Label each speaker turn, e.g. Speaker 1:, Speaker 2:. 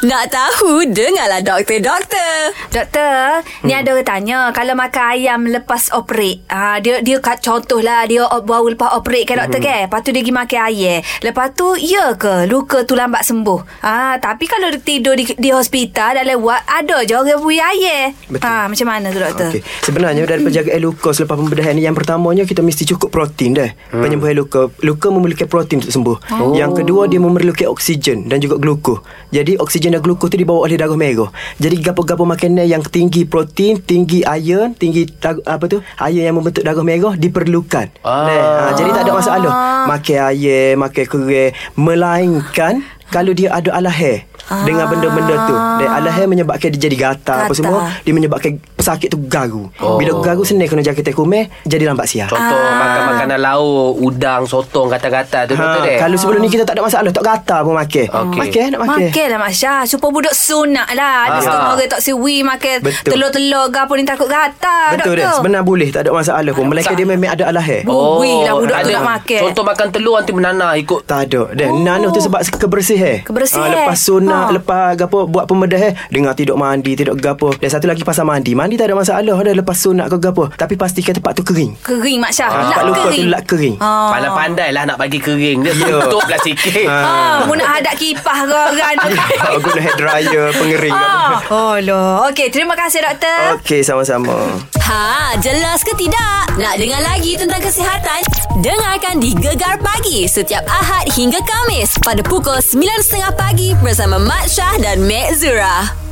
Speaker 1: Nak tahu, dengarlah doktor, doktor.
Speaker 2: Doktor, hmm. ni ada orang tanya kalau makan ayam lepas operate. Ha, dia dia kat contohlah dia op- baru lepas operate kan doktor hmm. kan. Lepas tu dia pergi makan ayam. Lepas tu ya ke luka tu lambat sembuh. Ah, ha, tapi kalau dia tidur di, di hospital dalam wad ada je orang bui ayam.
Speaker 3: Betul.
Speaker 2: Ha, macam mana tu doktor?
Speaker 3: Okey. Sebenarnya daripada
Speaker 4: Hmm.
Speaker 3: jaga luka selepas pembedahan ni yang pertamanya kita mesti cukup protein dah. Hmm. Penyembuhan luka. Luka memerlukan protein untuk sembuh. Oh. Yang kedua dia memerlukan oksigen dan juga gluko. Jadi oksigen dan gluko tu dibawa oleh darah merah. Jadi gapo-gapo makanan yang tinggi protein, tinggi iron, tinggi tar- apa tu? Iron yang membentuk darah merah diperlukan.
Speaker 4: Ah.
Speaker 3: Nah, ha, jadi tak ada masalah. Makan ayam, makan kerang melainkan kalau dia ada alahai dengan benda-benda tu dan alahai menyebabkan dia jadi Ah. gatal apa
Speaker 2: Gatal.
Speaker 3: semua dia menyebabkan pesakit tu garu oh. bila garu senang kena jaga teh kumeh jadi lambat siap
Speaker 5: Contoh ah. makan makanan lauk, udang, sotong, kata-kata tu betul dek.
Speaker 3: Ha, kalau sebelum ni kita tak ada masalah Tak gatal pun makan
Speaker 5: Okey.
Speaker 3: Makan nak makan
Speaker 2: Makan lah Mak Syah Supaya budak sunat lah Ada
Speaker 5: Ah.
Speaker 2: setengah orang tak siwi Makan
Speaker 3: Betul.
Speaker 2: telur-telur ke apa ni takut gatal doktor.
Speaker 3: Betul dah Sebenarnya boleh Tak ada masalah pun Melainkan dia memang ada eh. alahai
Speaker 2: Bui lah budak tu
Speaker 5: Oh, ada-
Speaker 2: nak makan.
Speaker 5: Contoh makan telur nanti menanah ikut
Speaker 3: Tak ada Dan oh. nano tu sebab kebersihan
Speaker 2: Kebersihan.
Speaker 3: Ah, Lepas sunat
Speaker 2: Ha.
Speaker 3: ha. Lepas gapo Buat pembedah eh Dengar tidak mandi Tidak gapo Dan satu lagi pasal mandi Mandi tak ada masalah dah Lepas sunat ke gapo Tapi pastikan tempat tu kering
Speaker 2: Kering Mak Syah
Speaker 3: Ah,
Speaker 2: Lap
Speaker 3: Tempat luka tu
Speaker 2: kering Ha.
Speaker 3: lak kering
Speaker 5: ah. Pandai-pandai lah nak bagi kering Dia
Speaker 3: Ya.
Speaker 5: tutup lah sikit
Speaker 2: Ah, mu nak hadap kipas ke
Speaker 3: Ah,
Speaker 2: orang tu.
Speaker 3: Tak guna hair dryer Pengering
Speaker 2: Ah. Oh loh. Okey, terima kasih doktor.
Speaker 3: Okey sama-sama
Speaker 1: Ha, jelas ke tidak? Nak dengar lagi tentang kesihatan? Dengarkan di Gegar Pagi setiap Ahad hingga Kamis pada pukul 9.30 pagi bersama Mat Syah dan Mek Zura.